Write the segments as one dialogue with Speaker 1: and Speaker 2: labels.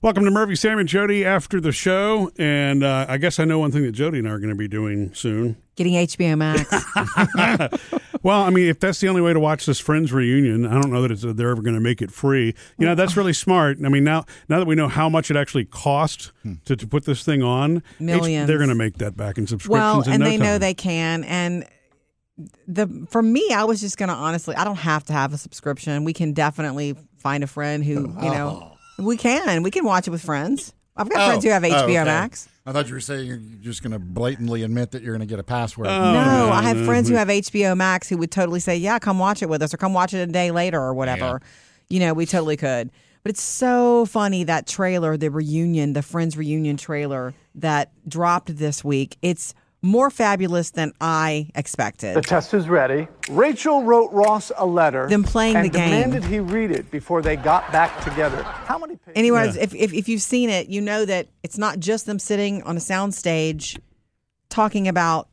Speaker 1: Welcome to Murphy, Sam, and Jody after the show. And uh, I guess I know one thing that Jody and I are going to be doing soon.
Speaker 2: Getting HBO Max.
Speaker 1: Well, I mean, if that's the only way to watch this Friends reunion, I don't know that it's, that they're ever going to make it free. You know, that's really smart. I mean, now now that we know how much it actually cost to, to put this thing on, H-
Speaker 2: Millions.
Speaker 1: they're going to make that back in subscriptions. in
Speaker 2: well, and
Speaker 1: no
Speaker 2: they know
Speaker 1: time.
Speaker 2: they can. And the for me, I was just gonna honestly, I don't have to have a subscription. We can definitely find a friend who you know we can we can watch it with friends. I've got friends who have
Speaker 3: Oh,
Speaker 2: HBO
Speaker 3: oh, okay.
Speaker 2: Max.
Speaker 3: I thought you were saying you're just going to blatantly admit that you're going to get a password.
Speaker 1: Oh,
Speaker 2: no,
Speaker 1: no,
Speaker 2: I have
Speaker 1: no,
Speaker 2: friends who
Speaker 1: we-
Speaker 2: have HBO Max who would totally say, "Yeah, come watch it with us," or "Come watch it a day later," or whatever. You know, we totally could. But it's so funny that trailer, the reunion, the Friends reunion trailer that dropped this week. It's more fabulous than I expected.
Speaker 4: The test is ready. Rachel wrote Ross a letter.
Speaker 2: Them playing
Speaker 4: and
Speaker 2: the game.
Speaker 4: demanded he read it before they got back together. How many pages?
Speaker 2: Anyway, if, if if you've seen it, you know that it's not just them sitting on a soundstage talking about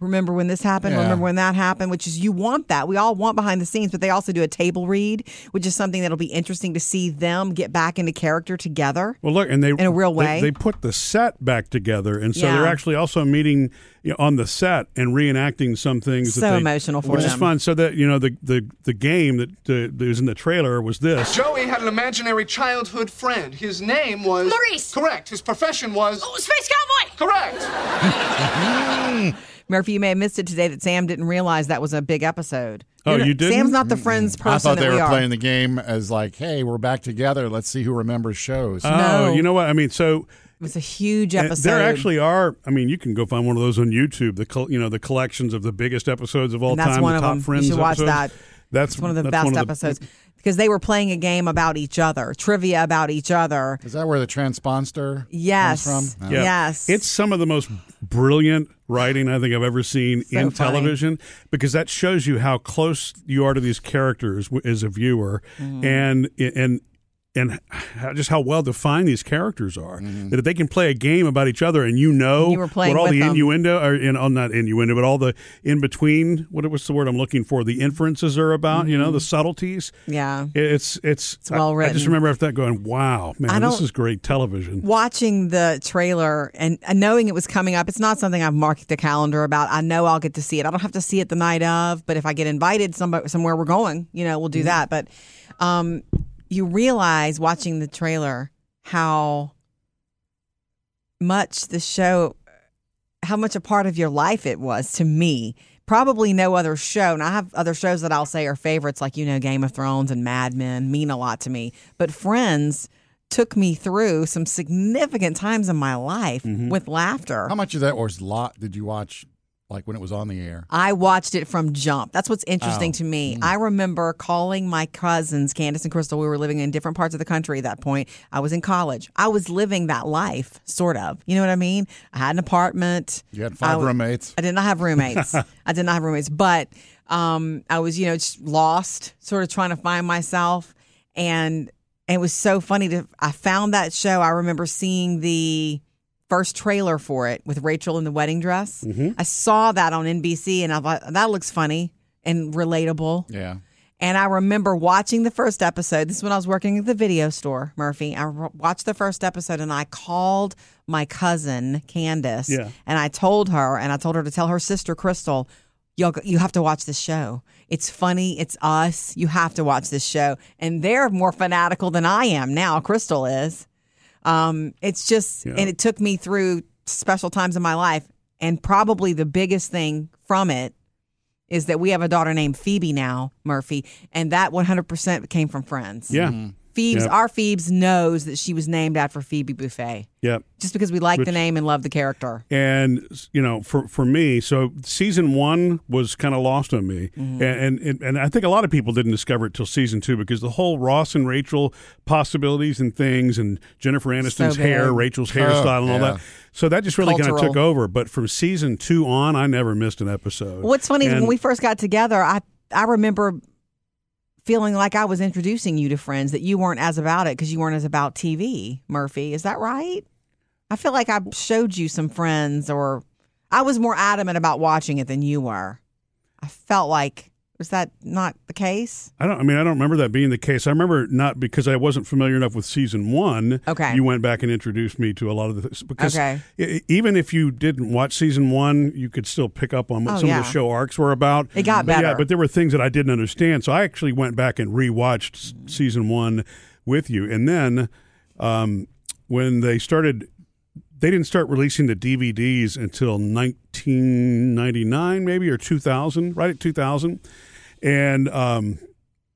Speaker 2: remember when this happened,
Speaker 3: Yeah.
Speaker 2: remember when that happened, which is you want that. We all want behind the scenes, but they also do a table read, which is something that'll be interesting to see them get back into character together.
Speaker 1: Well, look, and they in
Speaker 2: a real way.
Speaker 1: they, put the set back together, and so
Speaker 2: Yeah.
Speaker 1: they're actually also meeting you know, on the set and reenacting some things. that
Speaker 2: So
Speaker 1: they-
Speaker 2: emotional for
Speaker 1: which is
Speaker 2: them.
Speaker 1: fun. So that you know the the, the game that uh, that was in the trailer was this.
Speaker 5: Joey had an imaginary childhood friend. His name was
Speaker 6: Maurice.
Speaker 5: Correct. His profession was
Speaker 6: Oh, Space Cowboy!
Speaker 5: correct.
Speaker 2: Murphy, you may have missed it today that Sam didn't realize that was a big episode.
Speaker 1: Oh, you didn't?
Speaker 2: Sam's not the friends person
Speaker 3: I thought
Speaker 2: that
Speaker 3: they
Speaker 2: we
Speaker 3: were
Speaker 2: are.
Speaker 3: playing the game as like, "Hey, we're back together. Let's see who remembers shows."
Speaker 1: Oh,
Speaker 2: No.
Speaker 1: you know what I mean? So
Speaker 2: it was a huge
Speaker 1: And
Speaker 2: episode.
Speaker 1: There actually are. I mean, you can go find one of those on YouTube. The col- you know the collections of the biggest episodes of all
Speaker 2: And that's
Speaker 1: time.
Speaker 2: one
Speaker 1: the
Speaker 2: of
Speaker 1: top
Speaker 2: them. You
Speaker 1: Friends
Speaker 2: should watch
Speaker 1: episodes.
Speaker 2: that.
Speaker 1: That's
Speaker 2: It's one of the
Speaker 1: that's
Speaker 2: best
Speaker 1: one of the-
Speaker 2: episodes because they were playing a game about each other, trivia about each other.
Speaker 3: Is that where the transponster
Speaker 2: Yes.
Speaker 3: comes from?
Speaker 1: Yeah.
Speaker 2: Yes.
Speaker 1: it's some of the most brilliant writing I think I've ever seen
Speaker 2: So
Speaker 1: in
Speaker 2: funny.
Speaker 1: television because that shows you how close you are to these characters w- as a viewer,
Speaker 2: Mm-hmm.
Speaker 1: and and. And how, just how well defined these characters are. That if they can play a game about each other, and you know
Speaker 2: Mm-hmm. You were playing
Speaker 1: what all
Speaker 2: with
Speaker 1: the
Speaker 2: them.
Speaker 1: innuendo, or in, oh, not innuendo, but all the in between. What was the word I'm looking for? The inferences are about. You know the subtleties.
Speaker 2: Yeah.
Speaker 1: It- It's it's,
Speaker 2: Mm-hmm. It's well
Speaker 1: I- I, just
Speaker 2: written.
Speaker 1: remember after that going, "Wow,
Speaker 2: I
Speaker 1: man, this
Speaker 2: don't-
Speaker 1: is great television."
Speaker 2: Watching the trailer and and knowing it was coming up, it's not something I've marked the calendar about. I know I'll get to see it. I don't have to see it the night of, but if I get invited somebody, somewhere we're going, you know, we'll do that. But um, you realize watching the trailer how much the show, how much a part of your life it was to me. Probably no other show, and I have other shows that I'll say are favorites, like you know Game of Thrones and Mad Men, mean a lot to me. But Friends took me through some significant times in my life with laughter.
Speaker 3: How much of that was lot did you watch, like when it was on the air?
Speaker 2: I watched it from jump. That's what's interesting to me. I remember calling my cousins, Candace and Crystal. We were living in different parts of the country at that point. I was in college. I was living that life, sort of. You know what I mean? I had an apartment.
Speaker 3: You had five
Speaker 2: I-
Speaker 3: roommates.
Speaker 2: I did not have roommates. I did not have roommates, but um, I was, you know, just lost, sort of trying to find myself, and, and it was so funny to. I found that show. I remember seeing the first trailer for it with Rachel in the wedding dress. I saw that on NBC, and I thought that looks funny and relatable.
Speaker 3: Yeah.
Speaker 2: And I remember watching the first episode. This is when I was working at the video store, Murphy. I re- watched the first episode and I called my cousin, Candace,
Speaker 1: Yeah.
Speaker 2: and I told her, and I told her to tell her sister, Crystal, Y'all, you have to watch this show. It's funny. It's us. You have to watch this show. And they're more fanatical than I am now. Crystal is. Um, it's just, and it took me through special times in my life. And probably the biggest thing from it is that we have a daughter named Phoebe now, Murphy, and that 100% came from friends.
Speaker 1: Yeah,
Speaker 2: Phoebe's,
Speaker 1: Yep.
Speaker 2: our Phoebe's knows that she was named after Phoebe Buffet
Speaker 1: yeah.
Speaker 2: just because we like
Speaker 1: Which-
Speaker 2: the name and love the character.
Speaker 1: and you know for for me so season one was kind of lost on me
Speaker 2: Mm-hmm.
Speaker 1: and, and and i think a lot of people didn't discover it till season two because the whole ross and rachel possibilities and things and jennifer aniston's
Speaker 2: big.
Speaker 1: hair rachel's hairstyle and all
Speaker 3: yeah.
Speaker 1: that so that just really kind of
Speaker 2: Cultural.
Speaker 1: took over but from season two on i never missed an episode
Speaker 2: What's funny is
Speaker 1: And-
Speaker 2: when we first got together, I I remember feeling like I was introducing you to friends that you weren't as about it because you weren't as about TV. Murphy, is that right? I feel like I showed you some friends, or I was more adamant about watching it than you were. I felt like Was that not the case?
Speaker 1: I don't. I mean, I don't remember that being the case. I remember not because I wasn't familiar enough with season one.
Speaker 2: Okay.
Speaker 1: you went back and introduced me to a lot of the because
Speaker 2: Okay.
Speaker 1: e- even if you didn't watch season one, you could still pick up on what
Speaker 2: Oh,
Speaker 1: some
Speaker 2: yeah.
Speaker 1: of the show arcs were about.
Speaker 2: It got
Speaker 1: But Yeah,
Speaker 2: better.
Speaker 1: but there were things that I didn't understand, so I actually went back and rewatched s- season one with you, and then um, when they started. They didn't start releasing the DVDs until 1999, maybe or 2000, right at 2000 and um,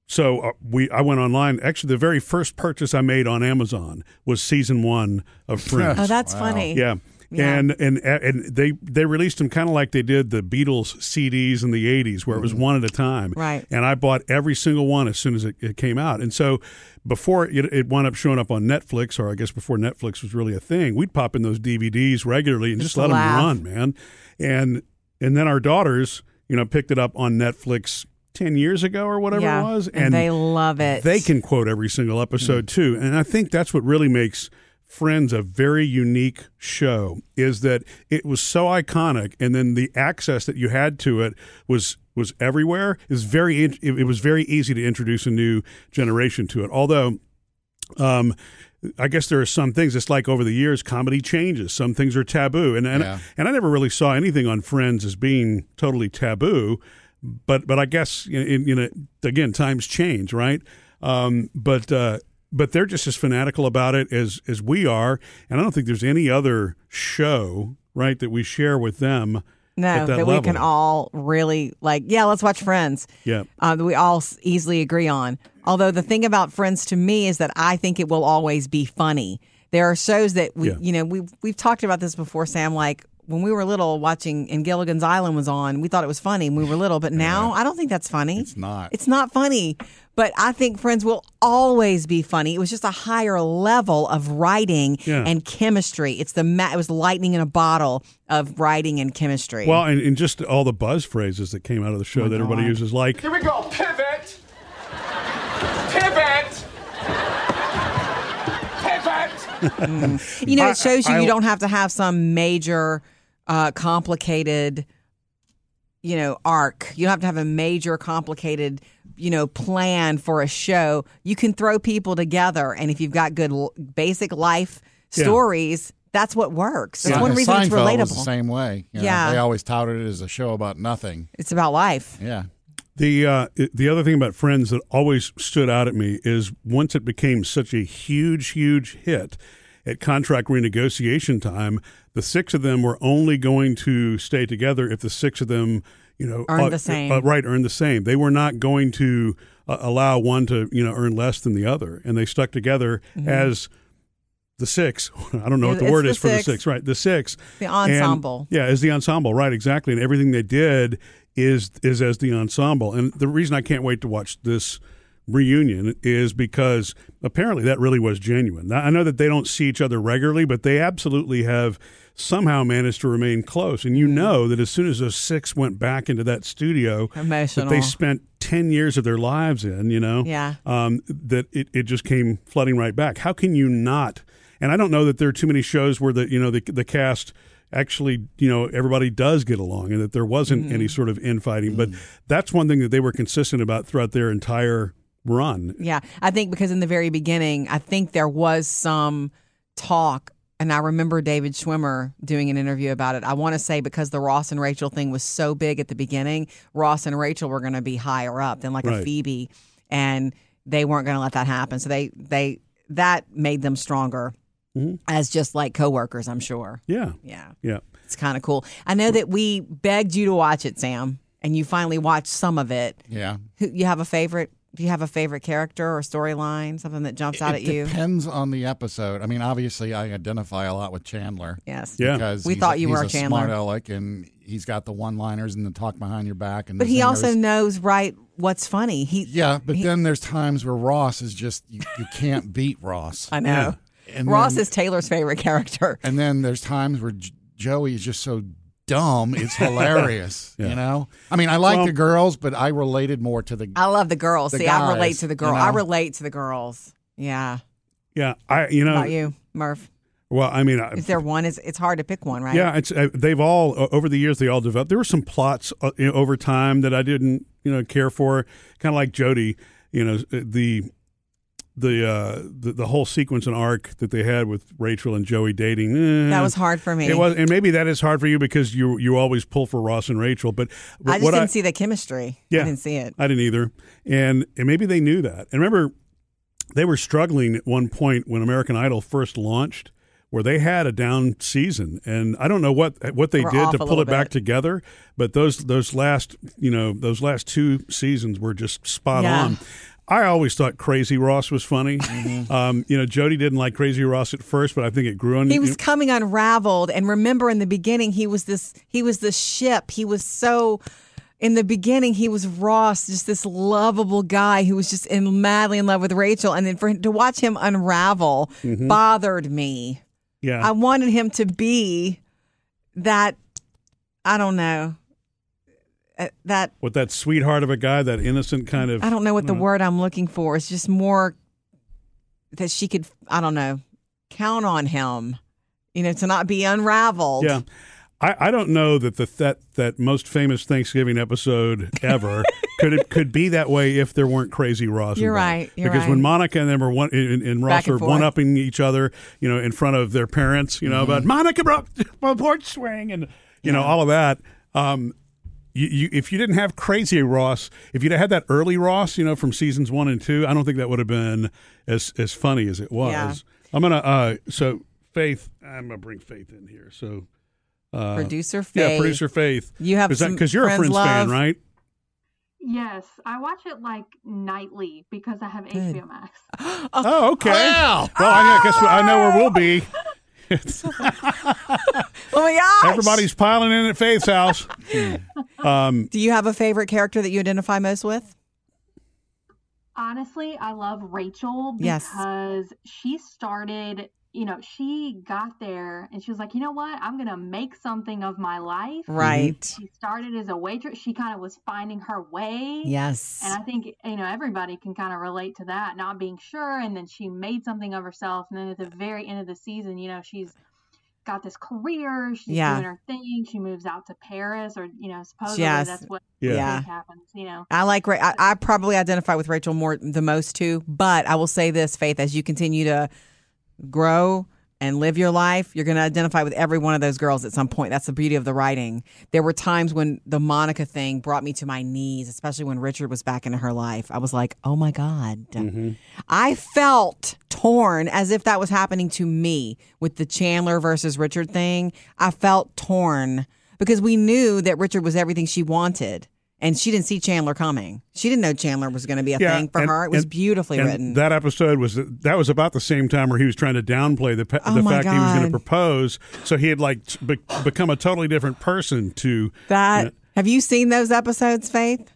Speaker 1: so uh, we I went online. Actually, the very first purchase I made on Amazon was season one of Friends.
Speaker 2: Oh, that's
Speaker 3: Wow.
Speaker 2: funny.
Speaker 1: yeah.
Speaker 2: Yeah.
Speaker 1: And and and they they released them kind of like they did the Beatles CDs in the '80s, where it was
Speaker 2: Mm-hmm.
Speaker 1: one at a time.
Speaker 2: Right.
Speaker 1: And I bought every single one as soon as it, it came out. And so before it, it wound up showing up on Netflix, or I guess before Netflix was really a thing, we'd pop in those DVDs regularly and just,
Speaker 2: Just
Speaker 1: let
Speaker 2: laugh.
Speaker 1: them run, man. And and then our daughters, you know, picked it up on Netflix ten years ago or whatever
Speaker 2: Yeah.
Speaker 1: it was,
Speaker 2: and they love it. Mm.
Speaker 1: they can quote every single episode too, and I think that's what really makes Friends a very unique show. Is that it was so iconic, and then the access that you had to it was was everywhere. Is very in- it it was very easy to introduce a new generation to it. Although um, I guess there are some things. It's like over the years, comedy changes. Some things are taboo, and and,
Speaker 3: Yeah.
Speaker 1: and I never really saw anything on Friends as being totally taboo. But but I guess you know, in- you know again, times change, right? Um, but uh, but they're just as fanatical about it as as we are, and I don't think there's any other show right that we share with them.
Speaker 2: no,
Speaker 1: at
Speaker 2: that, we can
Speaker 1: level.
Speaker 2: all really like. Yeah, let's watch Friends.
Speaker 1: Yeah.
Speaker 2: uh, that we all s- easily agree on. Although the thing about Friends to me is that I think it will always be funny. There are shows that we,
Speaker 1: Yeah.
Speaker 2: you know, we we've talked about this before, Sam. Like when we were little, watching and Gilligan's Island was on, we thought it was funny when we were little, but now I don't think that's funny. It's
Speaker 3: not.
Speaker 2: It's not funny. But I think Friends will always be funny. It was just a higher level of writing
Speaker 1: Yeah.
Speaker 2: and chemistry. It's the ma- it was lightning in a bottle of writing and chemistry.
Speaker 1: Well, and, and just all the buzz phrases that came out of the
Speaker 2: Oh
Speaker 1: show that everybody uses, like
Speaker 5: Here we go. Pivot. Pivot. Pivot.
Speaker 2: You know,
Speaker 1: I-
Speaker 2: it shows you
Speaker 1: I-
Speaker 2: you don't have to have some major, uh, complicated, you know, arc. You don't have to have a major, complicated, you know, plan for a show. You can throw people together, and if you've got good l- basic life
Speaker 1: Yeah.
Speaker 2: stories, that's what works. That's
Speaker 3: Yeah,
Speaker 2: one
Speaker 3: and
Speaker 2: reason it's
Speaker 3: Seinfeld was the
Speaker 2: relatable.
Speaker 3: same way. you know.
Speaker 2: Yeah.
Speaker 3: they always touted it as a show about nothing.
Speaker 2: It's about life.
Speaker 3: Yeah,
Speaker 1: The uh, the other thing about Friends that always stood out at me is once it became such a huge, huge hit at contract renegotiation time, the six of them were only going to stay together if the six of them, you know,
Speaker 2: Earned
Speaker 1: uh,
Speaker 2: the same.
Speaker 1: uh, right, earned the same. They were not going to uh, allow one to you know earn less than the other, and they stuck together as the six. I don't know what the
Speaker 2: It's
Speaker 1: word
Speaker 2: Mm-hmm. the
Speaker 1: is for
Speaker 2: six.
Speaker 1: the six, right? The six,
Speaker 2: The
Speaker 1: And-
Speaker 2: ensemble.
Speaker 1: yeah, as the ensemble, right? Exactly, and everything they did is is as the ensemble. And the reason I can't wait to watch this reunion is because apparently that really was genuine. Now, I know that they don't see each other regularly, but they absolutely have somehow managed to remain close. And you know that as soon as those six went back into that studio,
Speaker 2: Emotional.
Speaker 1: that they spent 10 years of their lives in, you know,
Speaker 2: Yeah.
Speaker 1: um, that it, it just came flooding right back. How can you not? And I don't know that there are too many shows where the, you know, the, the cast actually, you know, everybody does get along and that there
Speaker 2: Mm-hmm.
Speaker 1: wasn't any sort of infighting, but
Speaker 2: Mm.
Speaker 1: that's one thing that they were consistent about throughout their entire run.
Speaker 2: Yeah, I think because in the very beginning, I think there was some talk, and I remember David Schwimmer doing an interview about it. I want to say because the Ross and Rachel thing was so big at the beginning, Ross and Rachel were going to be higher up than like a
Speaker 1: Right.
Speaker 2: Phoebe, and they weren't going to let that happen. So they they that made them stronger as just like coworkers. I'm sure.
Speaker 1: Yeah.
Speaker 2: Yeah,
Speaker 1: Yeah.
Speaker 2: it's kind of cool. I know that we begged you to watch it, Sam, and you finally watched some of it.
Speaker 3: yeah.
Speaker 2: Who you have a favorite? Do you have a favorite character or storyline? Something that jumps out at
Speaker 3: it
Speaker 2: you?
Speaker 3: depends on the episode. I mean, obviously, I identify a lot with Chandler.
Speaker 2: Yes.
Speaker 1: Yeah.
Speaker 3: because
Speaker 2: We
Speaker 3: he's-
Speaker 2: thought you
Speaker 3: he's
Speaker 2: were
Speaker 3: a
Speaker 2: Chandler.
Speaker 3: smart aleck, and he's got the one-liners and the talk behind your back. And
Speaker 2: But
Speaker 3: the
Speaker 2: he also
Speaker 3: zingers.
Speaker 2: knows right what's funny. He.
Speaker 3: yeah. But then there's times where Ross is just you, you can't beat Ross.
Speaker 2: I know.
Speaker 3: And
Speaker 2: Ross
Speaker 3: then-
Speaker 2: is Taylor's favorite character.
Speaker 3: And then there's times where J- Joey is just so dumb, it's hilarious. You know, I mean, I like the girls, but I related more to the.
Speaker 2: I love the girls.
Speaker 3: The
Speaker 2: See, I
Speaker 3: guys,
Speaker 2: relate to the
Speaker 3: you
Speaker 2: girl. I
Speaker 3: know?
Speaker 2: relate to the girls. Yeah.
Speaker 1: Yeah. I, you
Speaker 3: Uh,
Speaker 1: know,
Speaker 2: About you, Murph.
Speaker 1: well, I mean, I,
Speaker 2: Is there one? Is it's hard to pick one, right?
Speaker 1: Yeah, it's uh, they've all o- over the years they all developed. There were some plots uh, you know, over time that I didn't you know care for. Kind of like Jody, you know uh, the the uh the, the whole sequence and arc that they had with Rachel and Joey dating. eh,
Speaker 2: That was hard for me.
Speaker 1: It was, and maybe that is hard for you because you you always pull for Ross and Rachel. But
Speaker 2: I
Speaker 1: what
Speaker 2: just didn't see the chemistry. I didn't see it.
Speaker 1: I didn't either. And and maybe they knew that. And remember, they were struggling at one point when American Idol first launched, where they had a down season. And I don't know what what they
Speaker 2: They were
Speaker 1: did
Speaker 2: off
Speaker 1: to
Speaker 2: a
Speaker 1: pull
Speaker 2: little
Speaker 1: it back
Speaker 2: bit.
Speaker 1: together, but those those last you know those last two seasons were just spot
Speaker 2: Yeah.
Speaker 1: on. I always thought Crazy Ross was funny. Um, you know, Jody didn't like Crazy Ross at first, but I think it grew on
Speaker 2: He was coming unraveled, and remember in the beginning, he was this. He was the ship. He was so. In the beginning, he was Ross, just this lovable guy who was just in madly in love with Rachel, and then for him, to watch him unravel bothered me.
Speaker 1: yeah.
Speaker 2: I wanted him to be that. I don't know. uh, That
Speaker 1: with that sweetheart of a guy, that innocent kind of
Speaker 2: I don't know what the word I'm looking for. It's just more that she could, I don't know, count on him, you know, to not be unraveled.
Speaker 1: Yeah. I, I don't know that the that that most famous Thanksgiving episode ever could it could be that way if there weren't crazy Ross.
Speaker 2: You're
Speaker 1: involved.
Speaker 2: right, you're
Speaker 1: because when
Speaker 2: right.
Speaker 1: Monica and them were one and, and Ross
Speaker 2: Back and
Speaker 1: are
Speaker 2: forth.
Speaker 1: one upping each other, you know, in front of their parents, you know, about
Speaker 2: Mm-hmm.
Speaker 1: Monica broke my porch swing and you know all of that. Um, you, you, if you didn't have crazy Ross, if you'd had that early Ross, you know, from seasons one and two, I don't think that would have been as as funny as it was.
Speaker 2: Yeah.
Speaker 1: I'm gonna uh, so Faith, I'm gonna bring Faith in here. So uh,
Speaker 2: Producer Faye.
Speaker 1: yeah, producer Faith.
Speaker 2: You have some
Speaker 1: because you're a
Speaker 2: Friends
Speaker 1: Friends fan,
Speaker 2: love.
Speaker 1: right?
Speaker 6: Yes, I watch it like nightly because I have HBO Max.
Speaker 1: Oh, okay.
Speaker 3: Wow.
Speaker 1: Well, I guess I know where we'll be.
Speaker 2: Oh my gosh.
Speaker 1: Everybody's piling in at Faith's house. um,
Speaker 2: Do you have a favorite character that you identify most with?
Speaker 6: Honestly, I love Rachel
Speaker 2: Yes.
Speaker 6: because she started, you know, she got there and she was like, you know what? I'm going to make something of my life.
Speaker 2: Right.
Speaker 1: Mm-hmm.
Speaker 6: She started as a waitress. She kind of was finding her way. And
Speaker 2: Yes.
Speaker 6: I think, you know, everybody can kind of relate to that, not being sure. And then she made something of herself. And then at the very end of the season, you know, she's got this career. She's
Speaker 2: Yeah.
Speaker 6: doing her thing. She moves out to Paris, or, you know, supposedly
Speaker 2: Yes.
Speaker 6: that's what
Speaker 1: Yeah.
Speaker 2: Yeah.
Speaker 6: happens, you know.
Speaker 2: I like. Ra- I, I probably identify with Rachel more the most too. But I will say this, Faith, as you continue to grow and live your life, you're going to identify with every one of those girls at some point. That's the beauty of the writing. There were times when the Monica thing brought me to my knees, especially when Richard was back into her life. I was like, oh my god,
Speaker 1: Mm-hmm.
Speaker 2: I felt torn as if that was happening to me with the Chandler versus Richard thing. I felt torn because we knew that Richard was everything she wanted. And she didn't see Chandler coming. She didn't know Chandler was going to be a
Speaker 1: yeah,
Speaker 2: thing for
Speaker 1: and-
Speaker 2: her. It was
Speaker 1: and-
Speaker 2: beautifully
Speaker 1: and
Speaker 2: written.
Speaker 1: That episode was that was about the same time where he was trying to downplay the pe-
Speaker 2: Oh
Speaker 1: the
Speaker 2: my
Speaker 1: fact that he was going to
Speaker 2: God.
Speaker 1: propose. So he had like be- become a totally different person to
Speaker 2: That have you seen those episodes, Faith?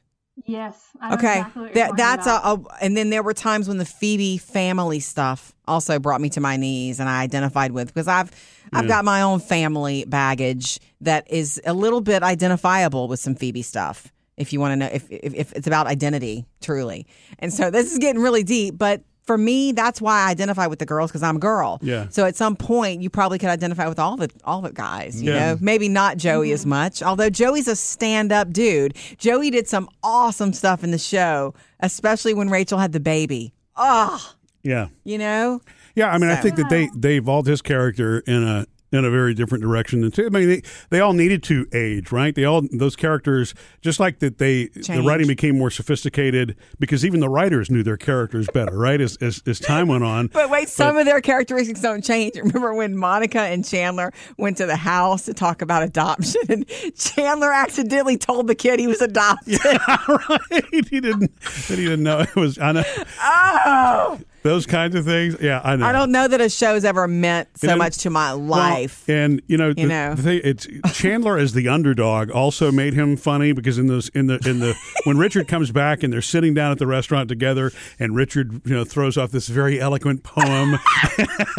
Speaker 6: Yes. I know
Speaker 2: Okay,
Speaker 6: exactly what you're
Speaker 2: that
Speaker 6: talking
Speaker 2: that's a,
Speaker 6: about.
Speaker 2: a. And then there were times when the Phoebe family stuff also brought me to my knees, and I identified with because I've I've got my own family baggage that is a little bit identifiable with some Phoebe stuff. If you want to know, if, if if it's about identity, truly, and so this is getting really deep, but. For me, that's why I identify with the girls because I'm a girl.
Speaker 1: Yeah.
Speaker 2: So at some point, you probably could identify with all the all the guys. You
Speaker 1: Yeah.
Speaker 2: know, maybe not Joey as much, although Joey's a stand up dude. Joey did some awesome stuff in the show, especially when Rachel had the baby. Ah,
Speaker 1: yeah.
Speaker 2: you know?
Speaker 1: Yeah, I mean, I
Speaker 2: So-
Speaker 1: think that they they evolved his character in a in a very different direction than two. I mean, they, they all needed to age, right? They all those characters just like that. They the
Speaker 2: Change.
Speaker 1: writing became more sophisticated because even the writers knew their characters better, right? As as, as time went on,
Speaker 2: But wait, some of their characteristics don't change. Remember when Monica and Chandler went to the house to talk about adoption and Chandler accidentally told the kid he was adopted.
Speaker 1: right? He didn't that he didn't know it was. I know
Speaker 2: Oh.
Speaker 1: those kinds of things. Yeah, I know.
Speaker 2: I don't know that a show's ever meant so
Speaker 1: And-
Speaker 2: much to my life.
Speaker 1: Well, and you know, the,
Speaker 2: know.
Speaker 1: the thing, it's Chandler as the underdog also made him funny because in those in the in the when Richard comes back and they're sitting down at the restaurant together and Richard you know throws off this very eloquent poem.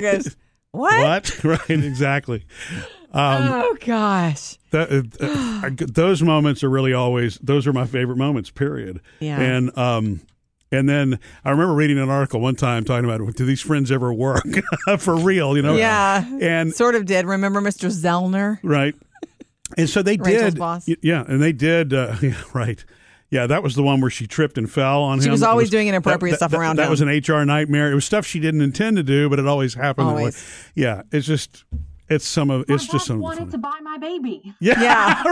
Speaker 2: goes, What?
Speaker 1: what? Right? Exactly. um,
Speaker 2: oh gosh.
Speaker 1: That, uh, uh, those moments are really always those are my favorite moments. Period.
Speaker 2: Yeah.
Speaker 1: And um. And then I remember reading an article one time talking about do these friends ever work for real, you know?
Speaker 2: Yeah.
Speaker 1: And
Speaker 2: Sort of did. Remember Mr. Zellner?
Speaker 1: Right. And so they
Speaker 2: Rachel's
Speaker 1: did.
Speaker 2: boss.
Speaker 1: y- Yeah, and they did. Uh, yeah, right. Yeah, that was the one where she tripped and fell on him.
Speaker 2: She was
Speaker 1: It
Speaker 2: always doing inappropriate
Speaker 1: that-
Speaker 2: stuff
Speaker 1: that-
Speaker 2: around
Speaker 1: That
Speaker 2: him.
Speaker 1: was an HR nightmare. It was stuff she didn't intend to do, but it always happened. that way.
Speaker 2: Always.
Speaker 1: Yeah, it's just, it's some of,
Speaker 6: My
Speaker 1: it's just
Speaker 6: dad
Speaker 1: some.
Speaker 6: wanted
Speaker 1: Of
Speaker 6: to
Speaker 1: the
Speaker 6: buy my baby.
Speaker 2: Yeah.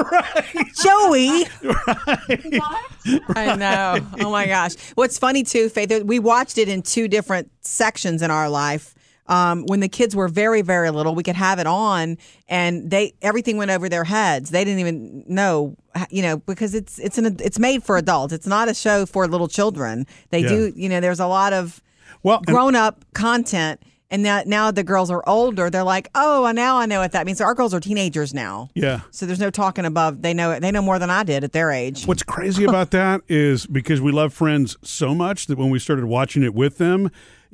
Speaker 2: Joey.
Speaker 6: What?
Speaker 2: I know. Oh my gosh. What's funny too, Faith, we watched it in two different sections in our life. Um, when the kids were very, very little, we could have it on, and they everything went over their heads. They didn't even know, you know, because it's it's an it's made for adults. It's not a show for little children. They do, you know. There's a lot of
Speaker 1: well, and-
Speaker 2: grown up content, and now now the girls are older. They're like, oh, now I know what that means. So our girls are teenagers now,
Speaker 1: yeah.
Speaker 2: so there's no talking above. They know they know more than I did at their age.
Speaker 1: What's crazy about that is because we love Friends so much that when we started watching it with them,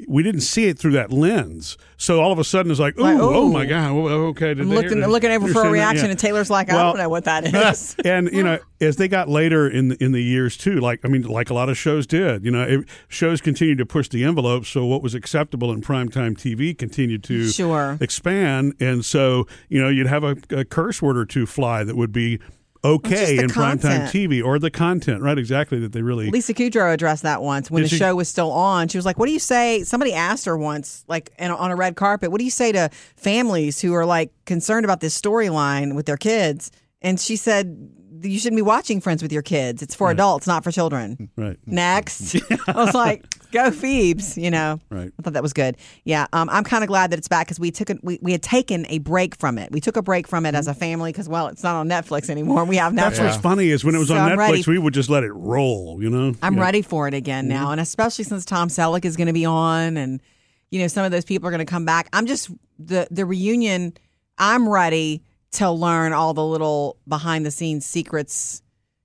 Speaker 1: we didn't see it through that lens. So all of a sudden it's like, oh,
Speaker 2: Like,
Speaker 1: oh
Speaker 2: ooh.
Speaker 1: my god, well, okay. Did
Speaker 2: I'm
Speaker 1: they
Speaker 2: looking,
Speaker 1: hear-
Speaker 2: looking over for a
Speaker 1: understand that?
Speaker 2: reaction,
Speaker 1: Yeah.
Speaker 2: and Taylor's like, I
Speaker 1: Well-
Speaker 2: don't know what that is.
Speaker 1: and you know, as they got later in the, in the years too, like I mean, like a lot of shows did. You know, it, shows continued to push the envelope, so what was acceptable in primetime TV continued to
Speaker 2: Sure.
Speaker 1: expand, and so you know, you'd have a, a curse word or two fly that would be okay
Speaker 2: the
Speaker 1: in primetime
Speaker 2: content.
Speaker 1: TV or the content, right? Exactly that they really
Speaker 2: Lisa Kudrow addressed that once when
Speaker 1: Did
Speaker 2: the
Speaker 1: she-
Speaker 2: show was still on. She was like, "What do you say?" Somebody asked her once, like in, on a red carpet, "What do you say to families who are like concerned about this storyline with their kids?" And she said, "You shouldn't be watching Friends with your kids. It's for adults, not for children."
Speaker 1: right.
Speaker 2: Next, I was like, "Go Phoebes," you know.
Speaker 1: Right.
Speaker 2: I thought that was good. Yeah, um, I'm kind of glad that it's back because we took a, we, we had taken a break from it. We took a break from it as a family because well, it's not on Netflix anymore. We have Netflix.
Speaker 1: Mm-hmm. That's what's funny is when it was
Speaker 2: So
Speaker 1: on
Speaker 2: I'm
Speaker 1: Netflix,
Speaker 2: ready.
Speaker 1: we would just let it roll. You know,
Speaker 2: I'm
Speaker 1: Yeah. Mm-hmm.
Speaker 2: ready for it again now, and especially since Tom Selleck is going to be on, and you know some of those people are going to come back. I'm just the the reunion. I'm ready to learn all the little behind the scenes secrets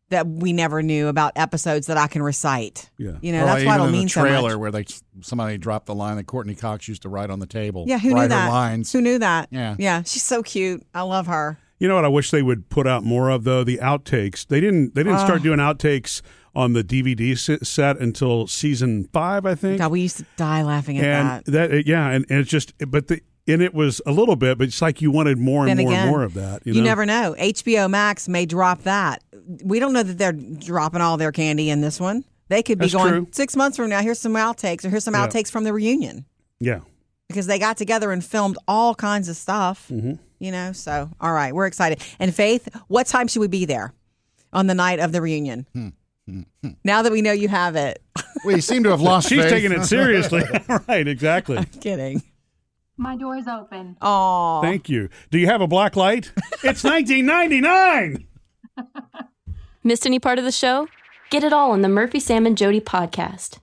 Speaker 2: that we never knew about episodes that I can recite.
Speaker 1: Yeah.
Speaker 2: you know
Speaker 3: Well,
Speaker 2: that's why
Speaker 3: Oh, even
Speaker 2: it'll
Speaker 3: in
Speaker 2: mean
Speaker 3: the trailer
Speaker 2: so much.
Speaker 3: where they somebody dropped the line that Courtney Cox used to write on the table.
Speaker 2: Yeah, who
Speaker 3: write
Speaker 2: knew
Speaker 3: her
Speaker 2: that?
Speaker 3: Lines.
Speaker 2: Who knew that?
Speaker 3: Yeah.
Speaker 2: yeah, she's so cute. I love her.
Speaker 1: You know what I wish they would put out more of though the outtakes. They didn't. They didn't start doing outtakes on the DVD se- set until season five, I think.
Speaker 2: God, we used to die laughing at
Speaker 1: and
Speaker 2: that.
Speaker 1: that, yeah, and, and it's just, but the and it was a little bit, but it's like you wanted more and
Speaker 2: Then
Speaker 1: more
Speaker 2: again,
Speaker 1: and more of that. You,
Speaker 2: You
Speaker 1: know?
Speaker 2: never know. HBO Max may drop that. We don't know that they're dropping all their candy in this one. They could be
Speaker 1: That's
Speaker 2: going
Speaker 1: true.
Speaker 2: six months from now. Here's some outtakes, or here's some
Speaker 1: Yeah.
Speaker 2: outtakes from the reunion
Speaker 1: Yeah,
Speaker 2: because they got together and filmed all kinds of stuff.
Speaker 1: Mm-hmm.
Speaker 2: You know, so all right, we're excited. And Faith, what time should we be there on the night of the reunion?
Speaker 1: Hmm.
Speaker 2: Now that we know you have it,
Speaker 3: Well, you seem to have lost.
Speaker 1: she's
Speaker 3: faith.
Speaker 1: taking it seriously. right, exactly.
Speaker 2: kidding.
Speaker 6: My door's open.
Speaker 2: Oh,
Speaker 1: Thank you. Do you have a black light? It's 1999.
Speaker 7: Missed any part of the show? Get it all on the Murphy, Sam, and Jody podcast.